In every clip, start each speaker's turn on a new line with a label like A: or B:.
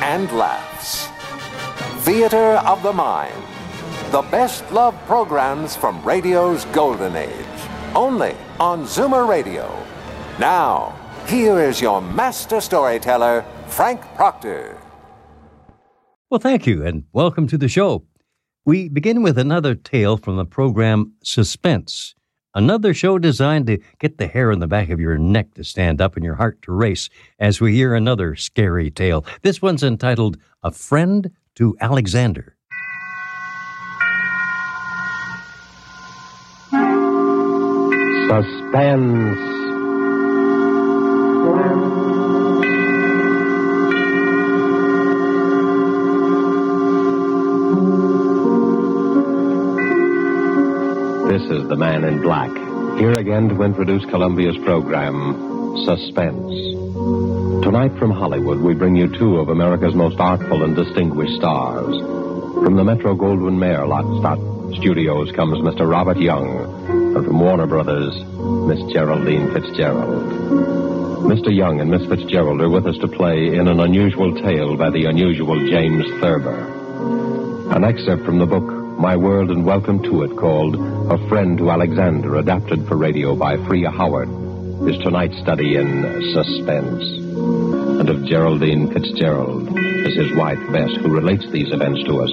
A: and laughs. Theater of the Mind. The best love programs from radio's golden age. Only on Zoomer Radio. Now, here is your master storyteller, Frank Proctor.
B: Well, thank you, and welcome to the show. We begin with another tale from the program Suspense, another show designed to get the hair on the back of your neck to stand up and your heart to race as we hear another scary tale. This one's entitled A Friend to Alexander.
C: Suspense. This is the man in black, here again to introduce Columbia's program, Suspense. Tonight from Hollywood, we bring you two of America's most artful and distinguished stars. From the Metro Goldwyn Mayer lot, Stott Studios comes Mr. Robert Young, and from Warner Brothers, Miss Geraldine Fitzgerald. Mr. Young and Miss Fitzgerald are with us to play in an unusual tale by the unusual James Thurber. An excerpt from the book, My World and Welcome to It, called A Friend to Alexander, adapted for radio by Freya Howard, is tonight's study in suspense. And of Geraldine Fitzgerald as his wife, Bess, who relates these events to us,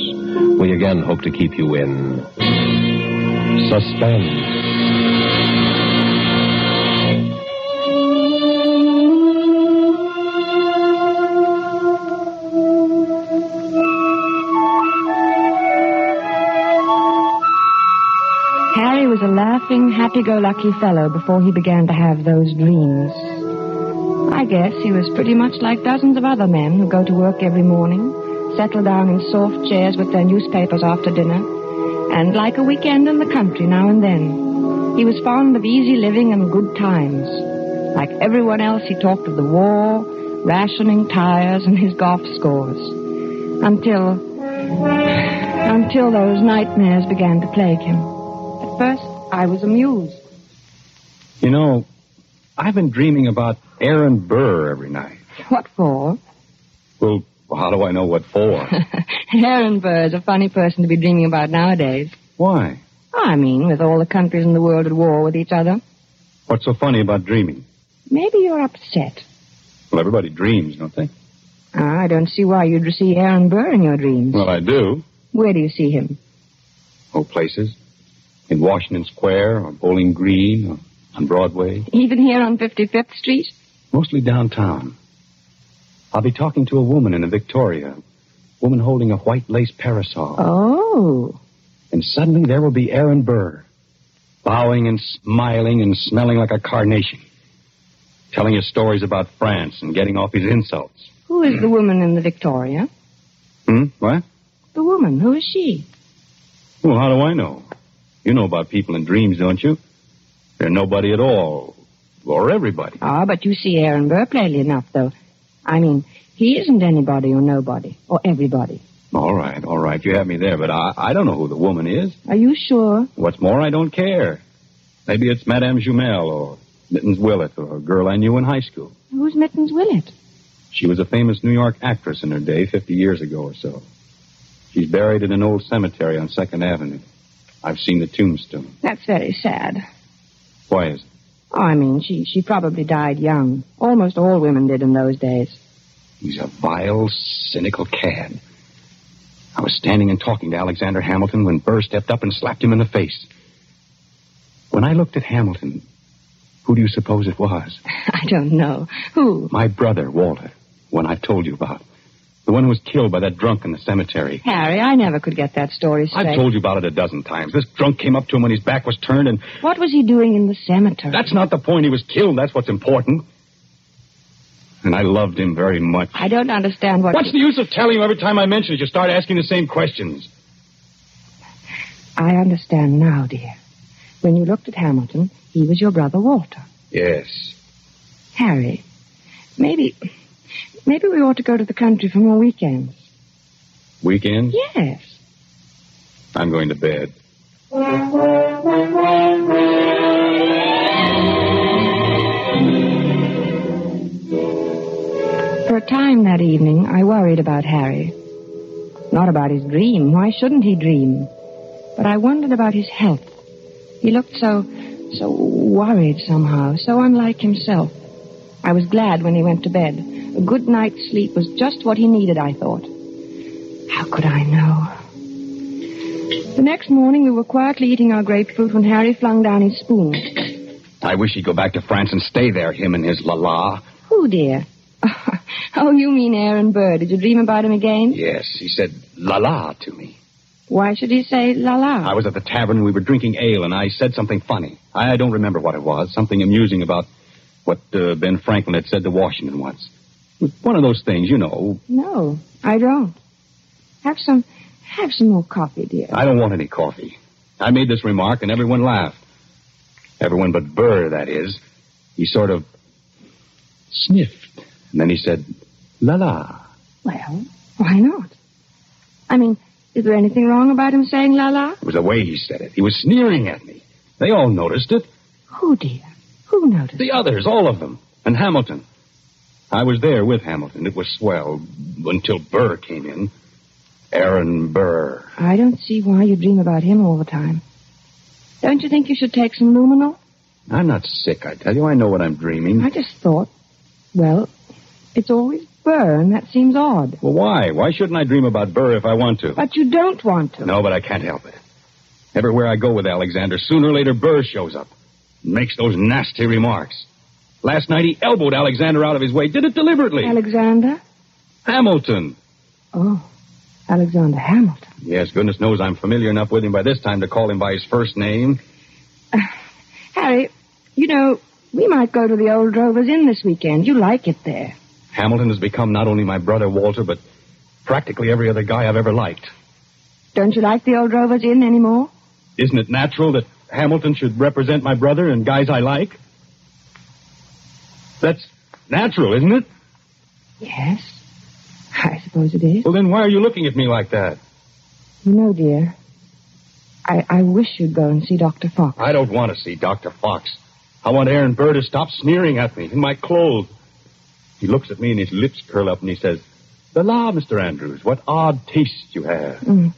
C: we again hope to keep you in suspense.
D: Harry was a laughing, happy-go-lucky fellow before he began to have those dreams. I guess he was pretty much like dozens of other men who go to work every morning, settle down in soft chairs with their newspapers after dinner, and like a weekend in the country now and then. He was fond of easy living and good times. Like everyone else, he talked of the war, rationing tires, and his golf scores. Until. until those nightmares began to plague him. At first, I was amused.
E: You know, I've been dreaming about Aaron Burr every night.
D: What for?
E: Well, how do I know what for?
D: Aaron Burr's a funny person to be dreaming about nowadays.
E: Why?
D: I mean, with all the countries in the world at war with each other.
E: What's so funny about dreaming?
D: Maybe you're upset. Ah,
E: Well, everybody dreams, don't they?
D: I don't see why you'd see Aaron Burr in your dreams.
E: Well, I do.
D: Where do you see him?
E: Oh, places. In Washington Square, or Bowling Green, or on Broadway.
D: Even here on 55th Street?
E: Mostly downtown. I'll be talking to a woman in a Victoria. A woman holding a white lace parasol.
D: Oh.
E: And suddenly there will be Aaron Burr, bowing and smiling and smelling like a carnation, telling us stories about France and getting off his insults.
D: Who is the woman in the Victoria?
E: Hmm? What?
D: The woman, who is she?
E: Well, how do I know? You know about people in dreams, don't you? They're nobody at all, or everybody.
D: Ah, but you see Aaron Burr plainly enough, though. I mean, he isn't anybody or nobody, or everybody.
E: All right, all right, you have me there, but I, I don't know who the woman is.
D: Are you sure?
E: What's more, I don't care. Maybe it's Madame Jumel or Mittens Willett or a girl I knew in high school.
D: Who's Mittens Willett?
E: She was a famous New York actress in her day, 50 years ago or so. She's buried in an old cemetery on Second Avenue. I've seen the tombstone.
D: That's very sad.
E: Why is it?
D: Oh, I mean, she, she probably died young. Almost all women did in those days.
E: He's a vile, cynical cad. I was standing and talking to Alexander Hamilton when Burr stepped up and slapped him in the face. When I looked at Hamilton, who do you suppose it was?
D: I don't know. Who?
E: My brother, Walter, one I've told you about. The one who was killed by that drunk in the cemetery.
D: Harry, I never could get that story straight.
E: I've told you about it a dozen times. This drunk came up to him when his back was turned, and
D: What was he doing in the cemetery?
E: that's not the point. He was killed. That's what's important. and I loved him very much.
D: I don't understand what.
E: What's the use of telling you every time I mention it? You start asking the same questions.
D: I understand now, dear. When you looked at Hamilton, he was your brother Walter.
E: Yes.
D: Harry, maybe. Maybe we ought to go to the country for more weekends.
E: Weekends?
D: Yes.
E: I'm going to bed.
D: For a time that evening, I worried about Harry. Not about his dream. Why shouldn't he dream? But I wondered about his health. He looked so, so worried somehow, so unlike himself. I was glad when he went to bed. A good night's sleep was just what he needed, I thought. How could I know? The next morning, we were quietly eating our grapefruit when Harry flung down his spoon.
E: I wish he'd go back to France and stay there, him and his la la.
D: Who, dear? oh, you mean Aaron Burr. Did you dream about him again?
E: Yes, he said la la to me.
D: Why should he say la la?
E: I was at the tavern. We were drinking ale, and I said something funny. I don't remember what it was. Something amusing about what uh, Ben Franklin had said to Washington once. It was one of those things, you know.
D: No, I don't. Have some, have some more coffee, dear.
E: I don't want any coffee. I made this remark, and everyone laughed. Everyone but Burr, that is. He sort of sniffed, and then he said, "La la."
D: Well, why not? I mean, is there anything wrong about him saying la la?
E: It was the way he said it. He was sneering at me. They all noticed it.
D: Who, dear? Who noticed?
E: The others, all of them, and Hamilton. I was there with Hamilton. It was swell until Burr came in. Aaron Burr.
D: I don't see why you dream about him all the time. Don't you think you should take some luminol?
E: I'm not sick, I tell you. I know what I'm dreaming.
D: I just thought, well, it's always Burr, and that seems odd.
E: Well, why? Why shouldn't I dream about Burr if I want to?
D: But you don't want to.
E: No, but I can't help it. Everywhere I go with Alexander, sooner or later Burr shows up. Makes those nasty remarks. Last night he elbowed Alexander out of his way. Did it deliberately.
D: Alexander?
E: Hamilton.
D: Oh, Alexander Hamilton.
E: Yes, goodness knows I'm familiar enough with him by this time to call him by his first name.
D: Harry, you know, we might go to the old Drovers Inn this weekend. You like it there.
E: Hamilton has become not only my brother Walter, but practically every other guy I've ever liked.
D: Don't you like the old Drovers Inn anymore?
E: Isn't it natural that Hamilton should represent my brother and guys I like? That's natural, isn't it?
D: Yes. I suppose it is.
E: Well, then why are you looking at me like that?
D: You know, dear, I, I wish you'd go and see Dr. Fox.
E: I don't want to see Dr. Fox. I want Aaron Burr to stop sneering at me in my clothes. He looks at me and his lips curl up and he says, The la, Mr. Andrews, what odd taste you have.
D: Mm.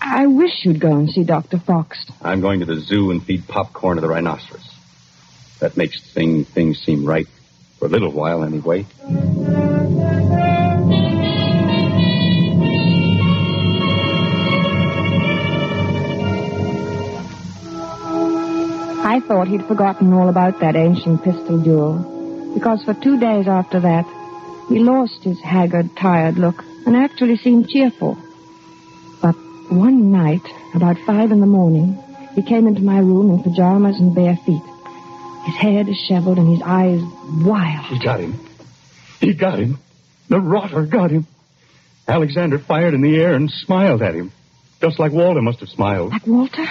D: I wish you'd go and see Dr. Fox.
E: I'm going to the zoo and feed popcorn to the rhinoceros. That makes thing, things seem right. For a little while, anyway.
D: I thought he'd forgotten all about that ancient pistol duel, because for two days after that, he lost his haggard, tired look and actually seemed cheerful. But one night, about five in the morning, he came into my room in pajamas and bare feet, his hair disheveled and his eyes wild.
E: He got him. He got him. The rotter got him. Alexander fired in the air and smiled at him. Just like Walter must have smiled.
D: Like Walter?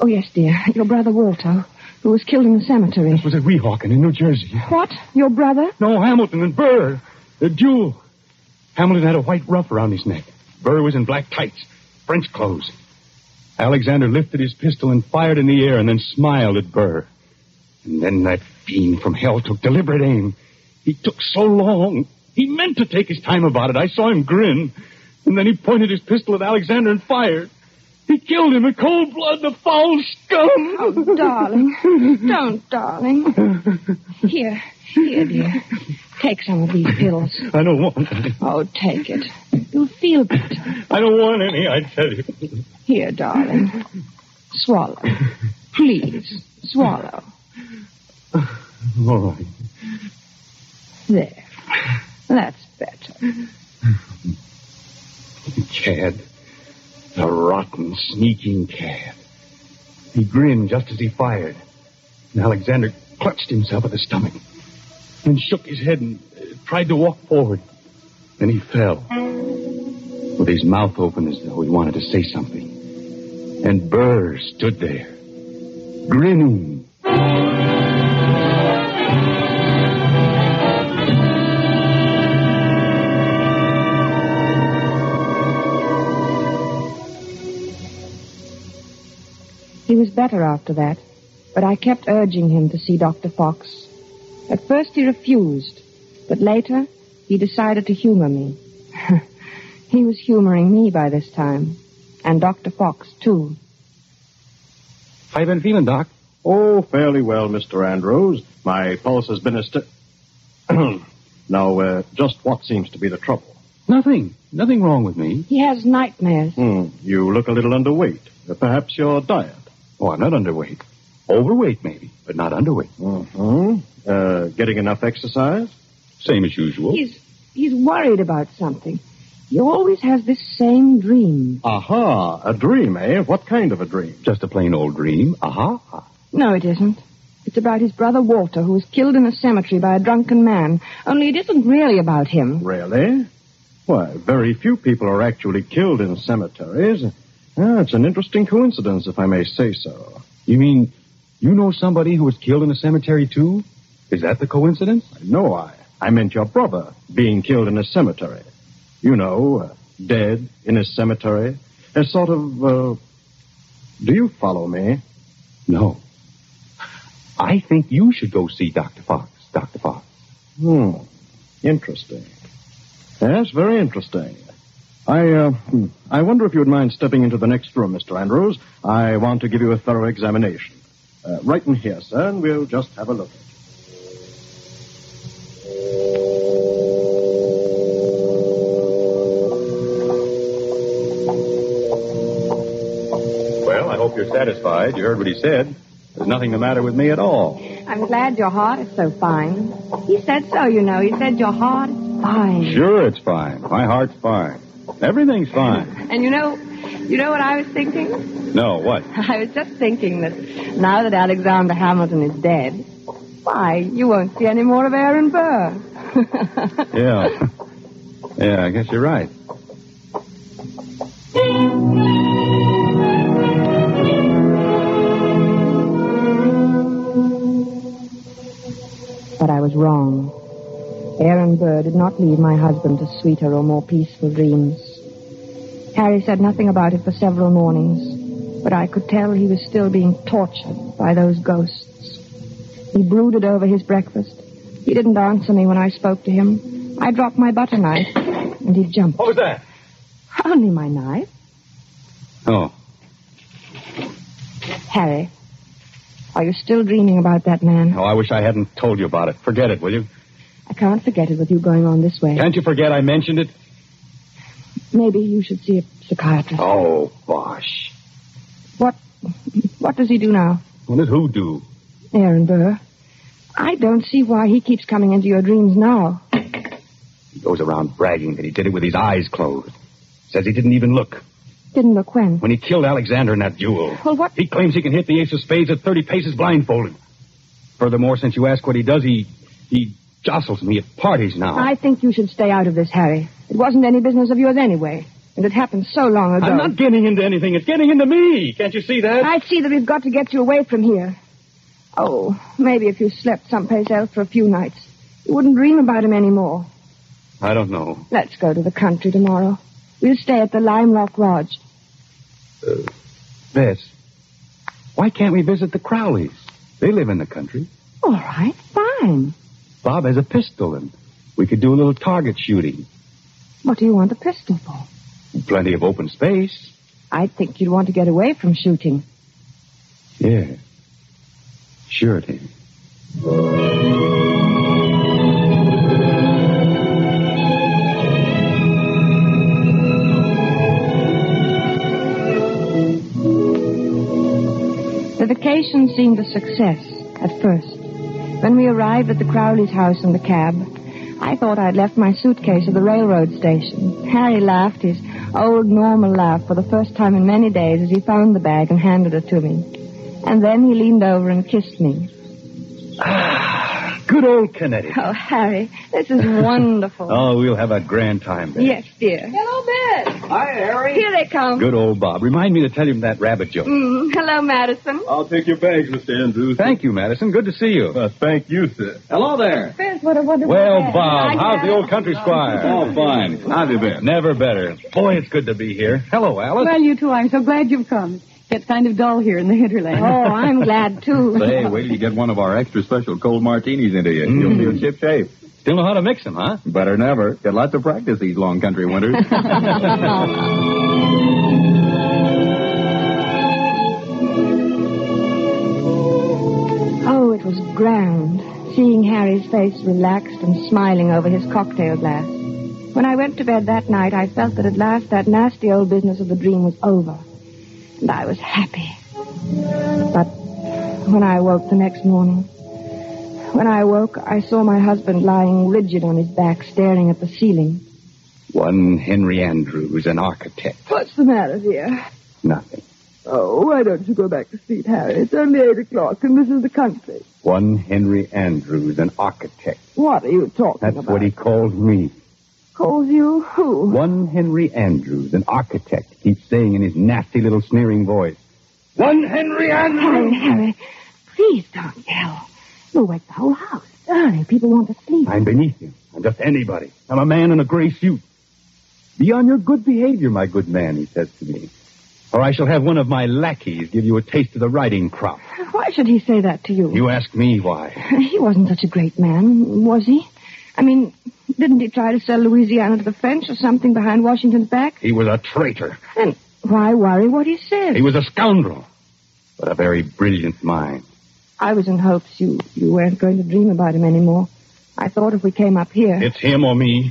D: Oh, yes, dear. Your brother Walter, who was killed in the cemetery.
E: It was at Weehawken in New Jersey.
D: What? Your brother?
E: No, Hamilton and Burr. The duel. Hamilton had a white ruff around his neck. Burr was in black tights, French clothes. Alexander lifted his pistol and fired in the air and then smiled at Burr. And then that fiend from hell took deliberate aim. He took so long. He meant to take his time about it. I saw him grin. And then he pointed his pistol at Alexander and fired. He killed him in cold blood, the foul scum.
D: Oh, darling. Don't, darling. Here, here, dear. Take some of these pills.
E: I don't want any.
D: Oh, take it. You'll feel better.
E: I don't want any, I tell you.
D: Here, darling. Swallow. Please, swallow.
E: All right.
D: There. That's better.
E: Cad. The rotten, sneaking cad. He grinned just as he fired. And Alexander clutched himself at the stomach. and shook his head and uh, tried to walk forward. Then he fell, with his mouth open as though he wanted to say something. And Burr stood there, grinning.
D: He was better after that, but I kept urging him to see Dr. Fox. At first he refused, but later he decided to humor me. he was humoring me by this time, and Dr. Fox, too.
E: How you been feeling, Doc?
F: Oh, fairly well, Mr. Andrews. My pulse has been a st- Now, uh, just what seems to be the trouble?
E: Nothing. Nothing wrong with me.
D: He has nightmares.
F: Hmm, you look a little underweight. Uh, Perhaps your diet.
E: Oh, I'm not underweight. Overweight, maybe, but not underweight.
F: Mm-hmm. Uh, getting enough exercise?
E: Same as usual.
D: He's, he's worried about something. He always has this same dream.
F: Aha, a dream, eh? What kind of a dream?
E: Just a plain old dream. Aha. Uh-huh.
D: No, it isn't. It's about his brother Walter, who was killed in a cemetery by a drunken man. Only it isn't really about him.
F: Really? Why, very few people are actually killed in cemeteries. Ah, it's an interesting coincidence, if I may say so.
E: You mean you know somebody who was killed in a cemetery, too? Is that the coincidence?
F: No, I, I meant your brother being killed in a cemetery. You know, uh, dead in a cemetery. A sort of, uh, do you follow me?
E: No. I think you should go see Dr. Fox. Dr. Fox.
F: Hmm. Interesting. Yes, very interesting. I, uh, hmm, I wonder if you'd mind stepping into the next room, Mr. Andrews. I want to give you a thorough examination. Uh, right in here, sir, and we'll just have a look.
E: Well, I hope you're satisfied. You heard what he said. There's nothing the matter with me at all.
D: I'm glad your heart is so fine. He said so, you know. He said your heart is fine.
E: Sure, it's fine. My heart's fine. Everything's fine.
D: And you know, you know what I was thinking?
E: No, what?
D: I was just thinking that now that Alexander Hamilton is dead, why, you won't see any more of Aaron Burr.
E: Yeah. Yeah, I guess you're right.
D: but I was wrong. Aaron Burr did not leave my husband to sweeter or more peaceful dreams. Harry said nothing about it for several mornings, but I could tell he was still being tortured by those ghosts. He brooded over his breakfast. He didn't answer me when I spoke to him. I dropped my butter knife, and he jumped.
E: was that?
D: Only my knife.
E: Oh,
D: Harry, are you still dreaming about that man?
E: oh, I wish I hadn't told you about it. Forget it, will you?
D: I can't forget it with you going on this way.
E: Can't you forget I mentioned it?
D: Maybe you should see a psychiatrist.
E: Oh, bosh.
D: What what does he do now?
E: What did who do?
D: Aaron Burr. I don't see why he keeps coming into your dreams now.
E: He goes around bragging that he did it with his eyes closed. Says he didn't even look
D: Didn't look when.
E: when he killed Alexander in that duel.
D: Well, what?
E: He claims he can hit the ace of spades at 30 paces blindfolded. Furthermore, since you ask what he does, he he jostles me at parties now.
D: I think you should stay out of this, Harry. It wasn't any business of yours anyway. And it happened so long ago.
E: I'm not getting into anything. It's getting into me. Can't you see that?
D: I see that we've got to get you away from here. Oh, maybe if you slept someplace else for a few nights, you wouldn't dream about him anymore.
E: I don't know.
D: Let's go to the country tomorrow. We'll stay at the Lime Rock Lodge.
E: Bess, why can't we visit the Crowleys? They live in the country.
D: All right, fine.
E: Bob has a pistol, and we could do a little target shooting.
D: What do you want a pistol for?
E: Plenty of open space.
D: I think you'd want to get away from shooting.
E: Yeah. Sure it is.
D: The vacation seemed a success at first. When we arrived at the Crowley's house in the cab, I thought I'd left my suitcase at the railroad station. Harry laughed his old normal laugh for the first time in many days as he found the bag and handed it to me. And then he leaned over and kissed me.
E: Good old Connecticut.
D: Oh, Harry, this is wonderful.
E: Oh, we'll have a grand time there.
D: Yes, dear.
G: Hello, Bess.
H: Hi, Harry.
D: Here they come.
E: Good old Bob. Remind me to tell him that rabbit joke.
D: Mm, hello, Madison.
I: I'll take your bags, Mr. Andrews.
E: Thank you, Madison. Good to see you.
I: Uh, thank you, sir.
E: Hello there.
G: Bess, what a wonderful
E: Well,
G: day.
E: Bob,
G: I
E: how's
G: got
E: the
G: it.
E: old country squire?
I: Oh, fine. How've you been?
E: Never better. Boy, it's good to be here. Hello, Alice.
G: Well, you two, I'm so glad you've come. It gets kind of dull here in the hinterland.
D: Oh, I'm glad, too.
I: Say, wait till you get one of our extra special cold martinis into you. You'll feel chip shape.
E: Mm. Still know how to mix them, huh?
I: Better than ever. Got lots of practice these long country winters.
D: Oh, it was grand, seeing Harry's face relaxed and smiling over his cocktail glass. When I went to bed that night, I felt that at last that nasty old business of the dream was over. And I was happy. But when I woke the next morning, when I woke, I saw my husband lying rigid on his back, staring at the ceiling.
E: One Henry Andrews, an architect.
G: What's the matter, dear?
E: Nothing.
G: Oh, why don't you go back to sleep, Harry? It's only eight o'clock, and this is the country.
E: One Henry Andrews, an architect.
G: What are you talking
E: That's what he called me.
G: calls you. Who?
E: One Henry Andrews, an architect, keeps saying in his nasty little sneering voice. One Henry
D: Harry,
E: Andrews!
D: Harry, please don't yell. You'll wake the whole house. Darling, people want to sleep.
E: I'm beneath him. I'm just anybody. I'm a man in a gray suit. Be on your good behavior, my good man, he says to me. Or I shall have one of my lackeys give you a taste of the riding crop.
D: Why should he say that to you?
E: You ask me why.
D: He wasn't such a great man, was he? I mean, didn't he try to sell Louisiana to the French or something behind Washington's back?
E: He was a traitor.
D: Then why worry what he says?
E: He was a scoundrel. But a very brilliant mind.
D: I was in hopes you, you weren't going to dream about him anymore. I thought if we came up here.
E: It's him or me.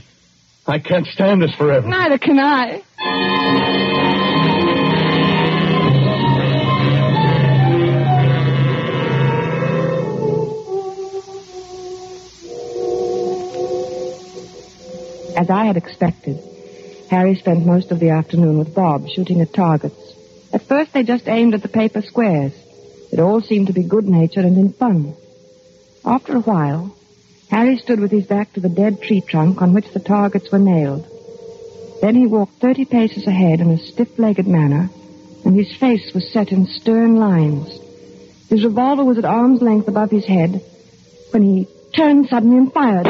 E: I can't stand this forever.
D: Neither can I. As I had expected, Harry spent most of the afternoon with Bob shooting at targets. At first, they just aimed at the paper squares. It all seemed to be good natured and in fun. After a while, Harry stood with his back to the dead tree trunk on which the targets were nailed. Then he walked 30 paces ahead in a stiff legged manner, and his face was set in stern lines. His revolver was at arm's length above his head when he turned suddenly and fired.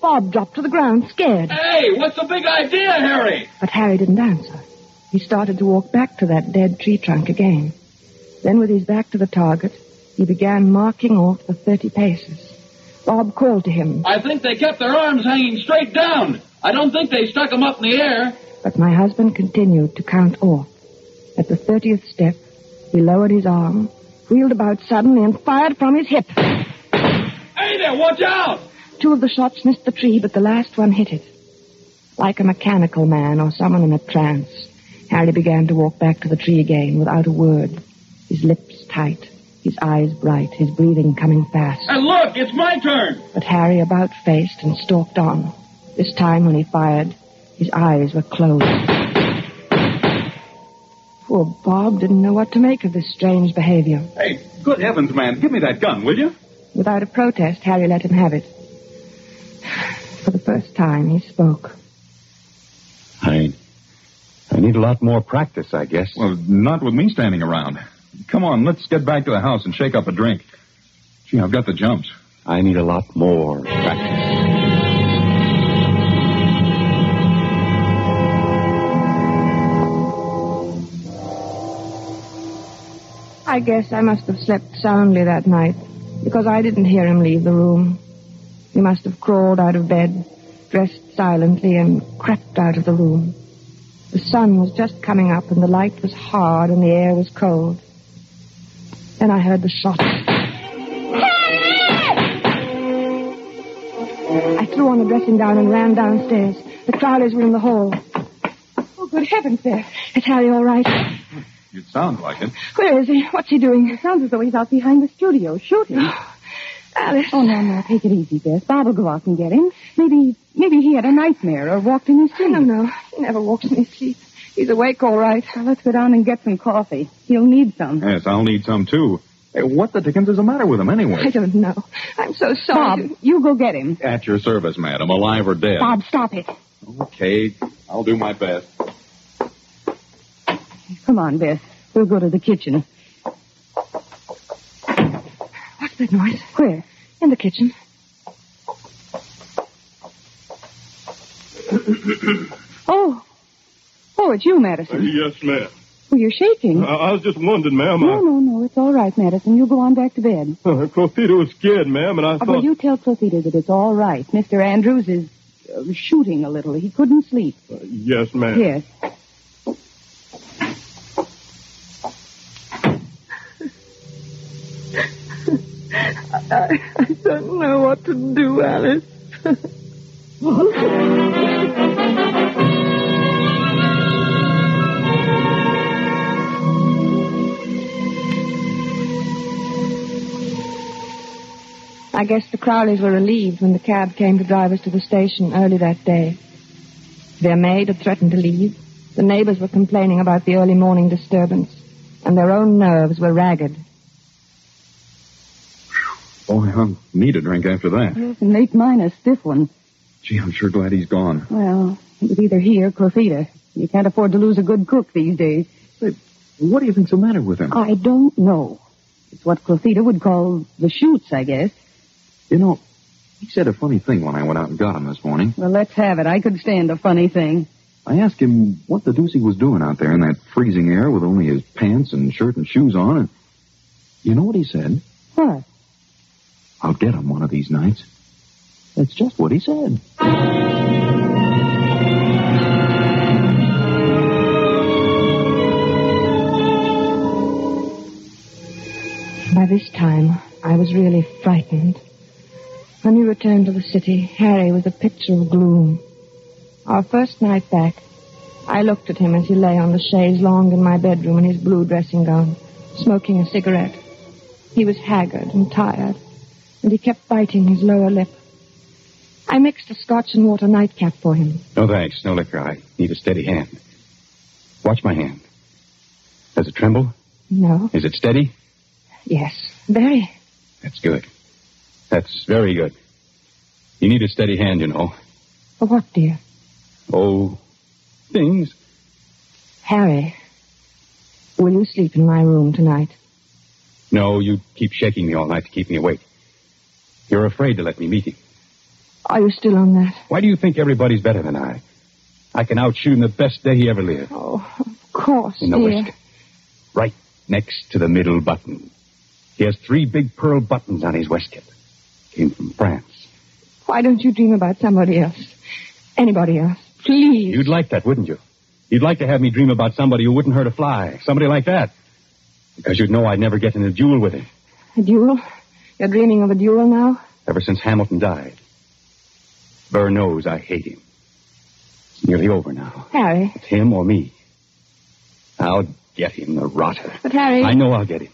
D: Bob dropped to the ground, scared.
J: Hey, what's the big idea, Harry?
D: But Harry didn't answer. He started to walk back to that dead tree trunk again. Then, with his back to the target, he began marking off the 30 paces. Bob called to him,
J: I think they kept their arms hanging straight down. I don't think they stuck them up in the air.
D: but my husband continued to count off. At the 30th step, he lowered his arm, wheeled about suddenly, and fired from his hip.
J: Hey there, watch out!
D: Two of the shots missed the tree, but the last one hit it. Like a mechanical man or someone in a trance, Harry began to walk back to the tree again without a word, his lips tight, his eyes bright, his breathing coming fast.
J: And look, it's my turn.
D: But Harry about faced and stalked on. This time when he fired, his eyes were closed. Poor Bob didn't know what to make of this strange behavior.
I: hey, good heavens, man. Give me that gun, will you?
D: Without a protest, Harry let him have it. For the first time, he spoke.
E: I, I need a lot more practice, I guess.
I: Well, not with me standing around. Come on, let's get back to the house and shake up a drink. Gee, I've got the jumps.
E: I need a lot more practice.
D: I guess I must have slept soundly that night because I didn't hear him leave the room. He must have crawled out of bed, dressed silently, and crept out of the room. The sun was just coming up, and the light was hard, and the air was cold. Then I heard the shot. I threw on the dressing gown and ran downstairs. The Crowleys were in the hall. Oh, good heavens, there. Is Harry all right?
I: You sound like it.
D: Where is he? eh? What's he doing?
G: Sounds as though he's out behind the studio shooting.
D: Alice.
G: Oh, no, no. Take it easy, Bess. Bob will go out and get him. Maybe maybe he had a nightmare or walked in his
D: I
G: sleep.
D: don't know. He never walks in his sleep. He's awake all right.
G: Well, let's go down and get some coffee. He'll need some.
I: Yes, I'll need some, too. Hey, what the dickens is the matter with him
G: I
I: anyway?
G: don't know. I'm so sorry. Bob, you go get him.
I: At your service, madam, alive or dead.
G: Bob, stop it.
I: Okay, I'll do my best.
G: Come on, Beth. We'll go to the kitchen.
D: What's that noise?
G: Where?
D: In the kitchen.
G: Oh. Oh, it's you, Madison.
H: Uh, yes, ma'am.
G: Well, you're shaking.
F: Hmm?
H: I, I was just wondering, ma'am.
G: No, no, no. It's all right, Madison. You go on back to bed.
H: I, uh, Clothita was scared, ma'am, and I
F: Oh,
G: Uh,
H: thought.
G: Well, you tell Clothita that it's all right. Mr. Andrews is uh, shooting a little. He couldn't sleep.
H: Uh, yes, ma'am.
G: Yes.
K: I, I don't know what to do, Alice.
D: I guess the Crowleys were relieved when the cab came to drive us to the station early that day. Their maid had threatened to leave. The neighbors were complaining about the early morning disturbance, and their own nerves were ragged.
I: Boy, Oh, I need a drink after that.
G: And make mine a stiff one.
I: Gee, I'm sure glad he's gone.
G: Well, it was either he or Clothita. You can't afford to lose a good cook these days.
I: What do you think's the matter with him?
G: I don't know. It's what Clothita would call the shoots, I guess.
I: You know, he said a funny thing when I went out and got him this morning.
G: Well, let's have it. I could stand a funny thing.
I: I asked him what the deuce he was doing out there in that freezing air with only his pants and shirt and shoes on, and you know what he said?
G: What?
I: I'll get him one of these nights. That's just what he said.
D: By this time, I was really frightened. When we returned to the city, Harry was a picture of gloom. Our first night back, I looked at him as he lay on the chaise longue in my bedroom in his blue dressing gown, smoking a cigarette. He was haggard and tired, and he kept biting his lower lip. I mixed a scotch and water nightcap for him.
E: No thanks, no liquor. I need a steady hand. Watch my hand. Does it tremble?
D: No?
E: Is it steady?
D: Yes. Very.
E: That's good. That's very good. You need a steady hand, you know.
D: For what, dear?
E: Oh, things.
D: Harry, will you sleep in my room tonight?
E: No, you keep shaking me all night to keep me awake. You're afraid to let me meet him.
D: Are you still on that?
E: Why do you think everybody's better than I? I can outshoot him the best day he ever lived.
D: Oh, of course,
E: In the
D: dear.
E: waistcoat. Right next to the middle button. He has three big pearl buttons on his waistcoat. Came from France.
D: Why don't you dream about somebody else? Anybody else? Please.
E: You'd like that, wouldn't you? You'd like to have me dream about somebody who wouldn't hurt a fly. Somebody like that. Because you'd know I'd never get in a duel with him.
D: A duel? You're dreaming of a duel now?
E: ever since Hamilton died. Burr knows I hate him. It's nearly over now.
D: Harry.
E: It's him or me. I'll get him, the rotter.
D: But Harry.
E: I know I'll get him.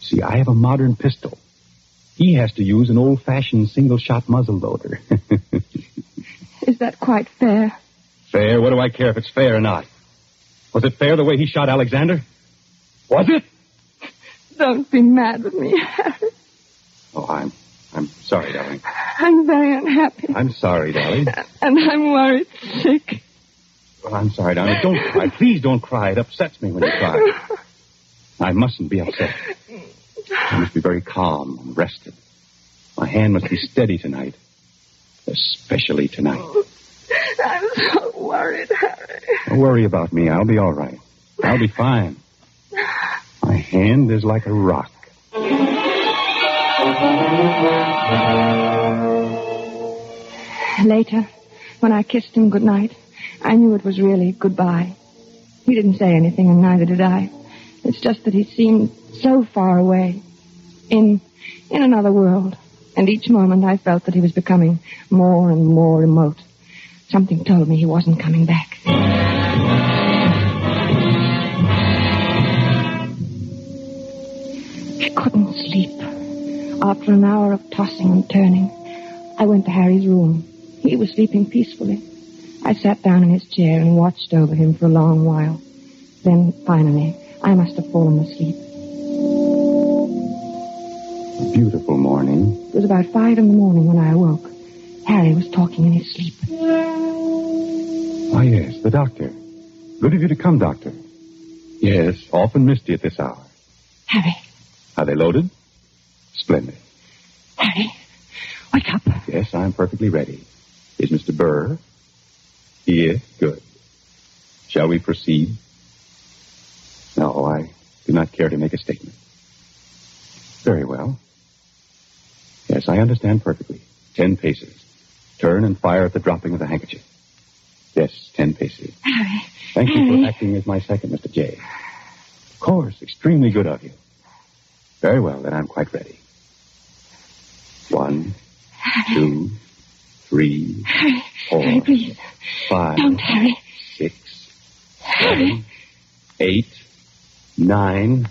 E: See, I have a modern pistol. He has to use an old fashioned single shot muzzle loader.
D: Is that quite fair?
E: fair? What do I care if it's fair or not? Was it fair the way he shot Alexander? Was it?
D: Don't be mad with me, Harry.
E: Oh, I'm I'm sorry, darling.
D: I'm very unhappy.
E: I'm sorry, darling.
D: And I'm worried sick.
E: Well, I'm sorry, darling. Don't cry. Please don't cry. It upsets me when you cry. I mustn't be upset. I must be very calm and rested. My hand must be steady tonight. Especially tonight.
K: I'm so worried, Harry.
E: Don't worry about me. I'll be all right. I'll be fine. My hand is like a rock.
D: Later, when I kissed him goodnight, I knew it was really goodbye. He didn't say anything, and neither did I. It's just that he seemed so far away, in in another world. And each moment I felt that he was becoming more and more remote. Something told me he wasn't coming back. I couldn't sleep. After an hour of tossing and turning, I went to Harry's room. He was sleeping peacefully. I sat down in his chair and watched over him for a long while. Then, finally, I must have fallen asleep.
E: beautiful morning.
D: It was about five in the morning when I awoke. Harry was talking in his sleep.
E: Ah, yes, the doctor. Good of you to come, doctor. Yes, often missed you at this hour.
D: Harry,
E: Are they loaded? Splendid.
D: Harry,
E: Yes, I'm perfectly ready. Is Mr. Burr? He is? Good. Shall we proceed? No, I do not care to make a statement. Very well. Yes, I understand perfectly. Ten paces. Turn and fire at the dropping of the handkerchief. Yes, ten paces.
D: Harry,
E: Thank you
D: Harry.
E: for acting as my second, Mr. J. Of course, extremely good of you. Very well, then I'm quite ready. One, two, three,
D: Harry,
E: Four.
G: Oh,
D: Harry, please.
E: five,
D: Don't, Harry.
E: six,
D: Harry.
E: eight, nine,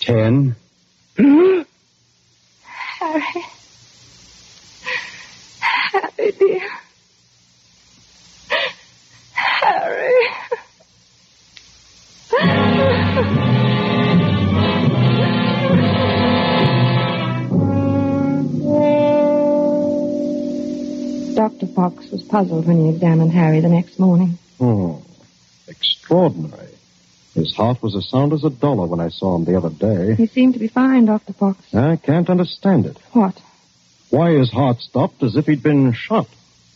E: ten.
K: Harry. Harry, dear. Harry.
D: Dr. Fox was puzzled when he examined Harry the next morning.
F: Hmm. Extraordinary. His heart was as sound as a dollar when I saw him the other day.
D: He seemed to be fine, Dr. Fox.
F: I can't understand it.
D: What?
F: Why his heart stopped as if he'd been shot.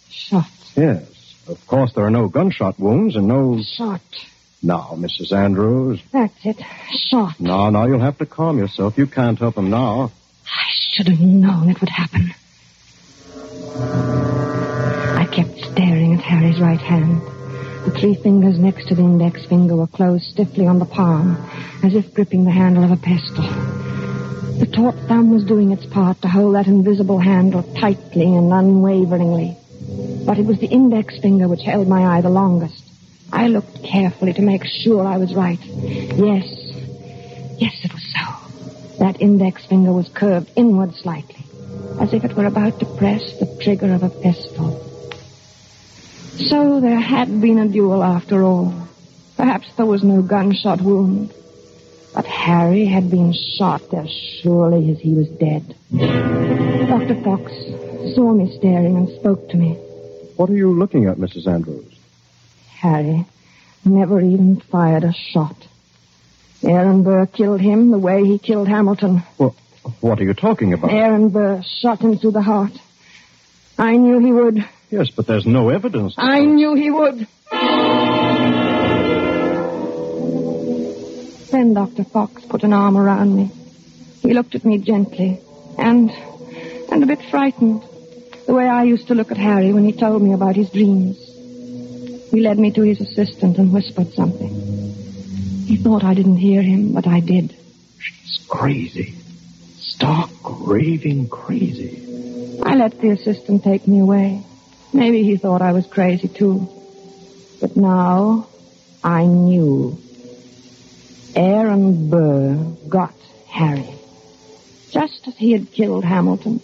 D: Shot?
F: Yes. Of course, there are no gunshot wounds and no.
D: Shot.
F: Now, Mrs. Andrews.
D: That's it. Shot.
F: Now, now, you'll have to calm yourself. You can't help him now.
D: I should have known it would happen. I kept staring at Harry's right hand. The three fingers next to the index finger were closed stiffly on the palm, as if gripping the handle of a pestle. The taut thumb was doing its part to hold that invisible handle tightly and unwaveringly. But it was the index finger which held my eye the longest. I looked carefully to make sure I was right. Yes. Yes, it was so. That index finger was curved inward slightly, as if it were about to press the trigger of a pistol. So there had been a duel after all. Perhaps there was no gunshot wound. But Harry had been shot as surely as he was dead. Dr. Fox saw me staring and spoke to me.
F: What are you looking at, Mrs. Andrews?
D: Harry never even fired a shot. Aaron Burr killed him the way he killed Hamilton.
F: What are you talking about?
D: Aaron Burr shot him through the heart. I knew he would.
F: Yes, but there's no evidence.
D: I knew he would. Then Dr. Fox put an arm around me. He looked at me gently and and a bit frightened, the way I used to look at Harry when he told me about his dreams. He led me to his assistant and whispered something. He thought I didn't hear him, but I did.
E: It's crazy. Stark, raving crazy.
D: I let the assistant take me away. Maybe he thought I was crazy, too. But now I knew. Aaron Burr got Harry. Just as he had killed Hamilton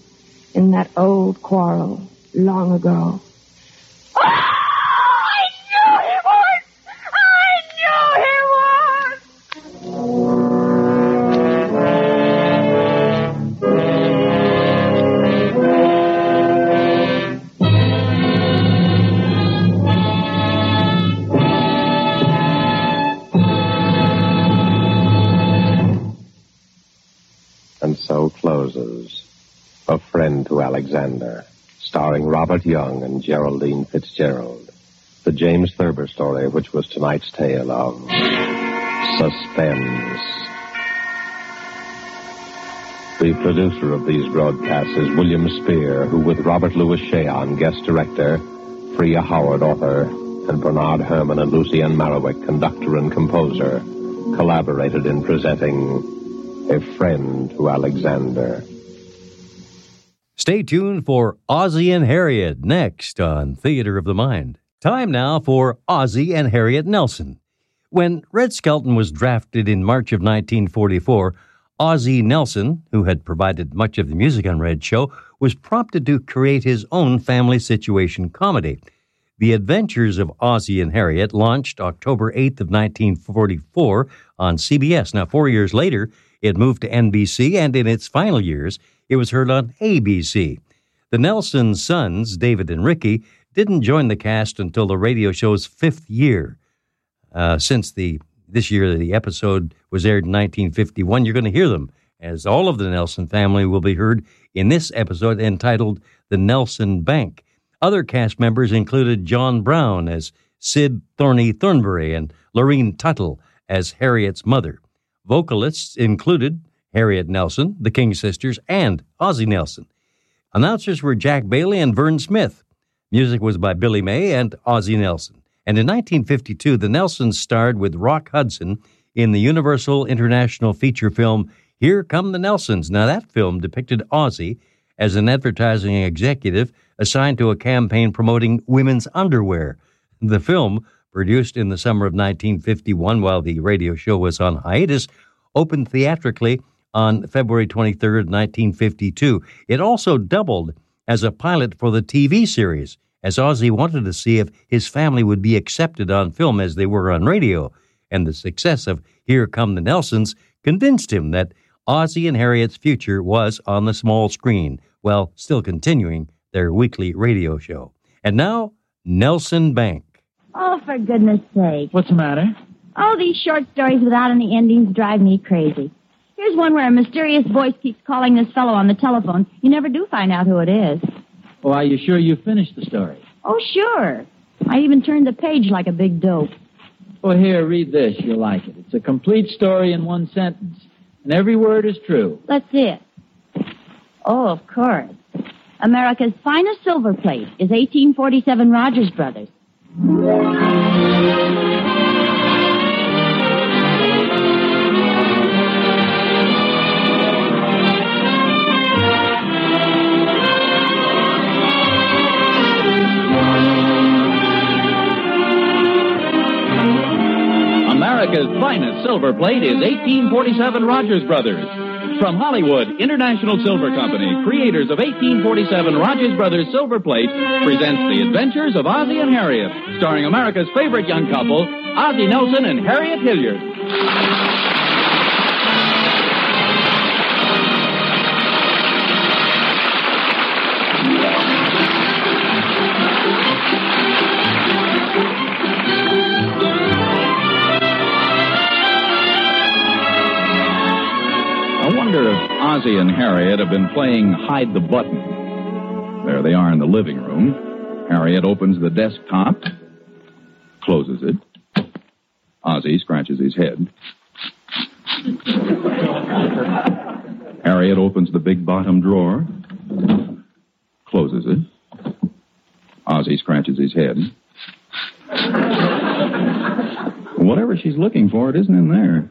D: in that old quarrel long ago.
C: And so closes A Friend to Alexander, starring Robert Young and Geraldine Fitzgerald. The James Thurber story, which was tonight's tale of suspense. The producer of these broadcasts is William Spear, who, with Robert Louis Cheon, guest director, Freya Howard, author, and Bernard Herman and Lucienne Marowick, conductor and composer, collaborated in presenting a friend to Alexander.
B: Stay tuned for Ozzy and Harriet next on Theater of the Mind. Time now for Ozzy and Harriet Nelson. When Red Skelton was drafted in March of 1944, Ozzy Nelson, who had provided much of the music on Red Show, was prompted to create his own family situation comedy. The Adventures of Ozzy and Harriet launched October 8th of 1944 on CBS. Now, four years later, It moved to NBC, and in its final years, it was heard on ABC. The Nelson sons, David and Ricky, didn't join the cast until the radio show's fifth year. Uh, since the this year the episode was aired in 1951, you're going to hear them as all of the Nelson family will be heard in this episode entitled "The Nelson Bank." Other cast members included John Brown as Sid Thorny Thornbury and Lorene Tuttle as Harriet's mother. Vocalists included Harriet Nelson, the King sisters, and Ozzie Nelson. Announcers were Jack Bailey and Vern Smith. Music was by Billy May and Ozzie Nelson. And in 1952, the Nelsons starred with Rock Hudson in the Universal International feature film Here Come the Nelsons. Now, that film depicted Ozzie as an advertising executive assigned to a campaign promoting women's underwear. The film, produced in the summer of 1951 while the radio show was on hiatus, opened theatrically on February 23, 1952. It also doubled as a pilot for the TV series, as Ozzy wanted to see if his family would be accepted on film as they were on radio. And the success of Here Come the Nelsons convinced him that Ozzy and Harriet's future was on the small screen, while still continuing their weekly radio show. And now, Nelson Bank.
L: Oh, for goodness sake.
M: What's the matter?
L: All these short stories without any endings drive me crazy. Here's one where a mysterious voice keeps calling this fellow on the telephone. You never do find out who it is.
M: Well, Oh, are you sure you finished the story?
L: Oh, sure. I even turned the page like a big dope.
M: Well, Oh, here, read this. You'll like it. It's a complete story in one sentence, and every word is true.
L: Let's see it. Oh, of course. America's finest silver plate is 1847 Rogers Brothers.
J: America's finest silver plate is 1847 Rogers Brothers. From Hollywood, International Silver Company, creators of 1847 Rogers Brothers Silver Plate, presents The Adventures of Ozzie and Harriet, starring America's favorite young couple, Ozzie Nelson and Harriet Hilliard.
N: I wonder if Ozzie and Harriet have been playing hide the button. There they are in the living room. Harriet opens the desktop, closes it. Ozzie scratches his head. Harriet opens the big bottom drawer, closes it. Ozzie scratches his head. Whatever she's looking for, it isn't in there.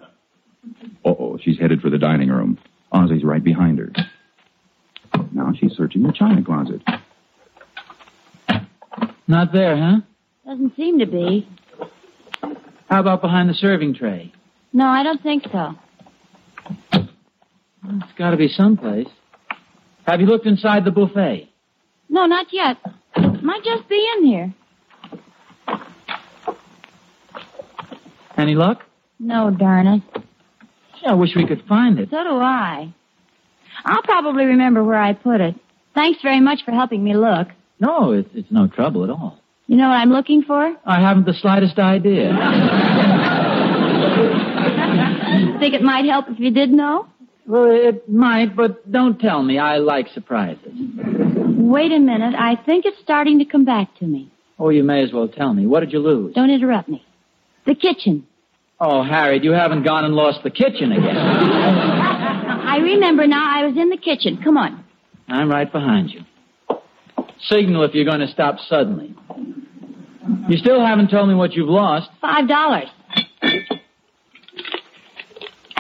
N: Uh oh, she's headed for the dining room. Ozzy's right behind her. Now she's searching the china closet.
M: Not there, huh?
L: Doesn't seem to be.
M: How about behind the serving tray?
L: No, I don't think so.
M: It's got to be someplace. Have you looked inside the buffet?
L: No, not yet. Might just be in here.
M: Any luck?
L: No, darn it.
M: Yeah, I wish we could find it.
L: So do I. I'll probably remember where I put it. Thanks very much for helping me look.
M: No, it's, it's no trouble at all.
L: You know what I'm looking for?
M: I haven't the slightest idea.
L: Think it might help if you did know?
M: Well, it might, but don't tell me. I like surprises.
L: Wait a minute. I think it's starting to come back to me.
M: Oh, you may as well tell me. What did you lose?
L: Don't interrupt me. The kitchen.
M: Oh, Harriet, you haven't gone and lost the kitchen again.
L: I remember now I was in the kitchen. Come on.
M: I'm right behind you. Signal if you're going to stop suddenly. You still haven't told me what you've lost.
L: Five dollars.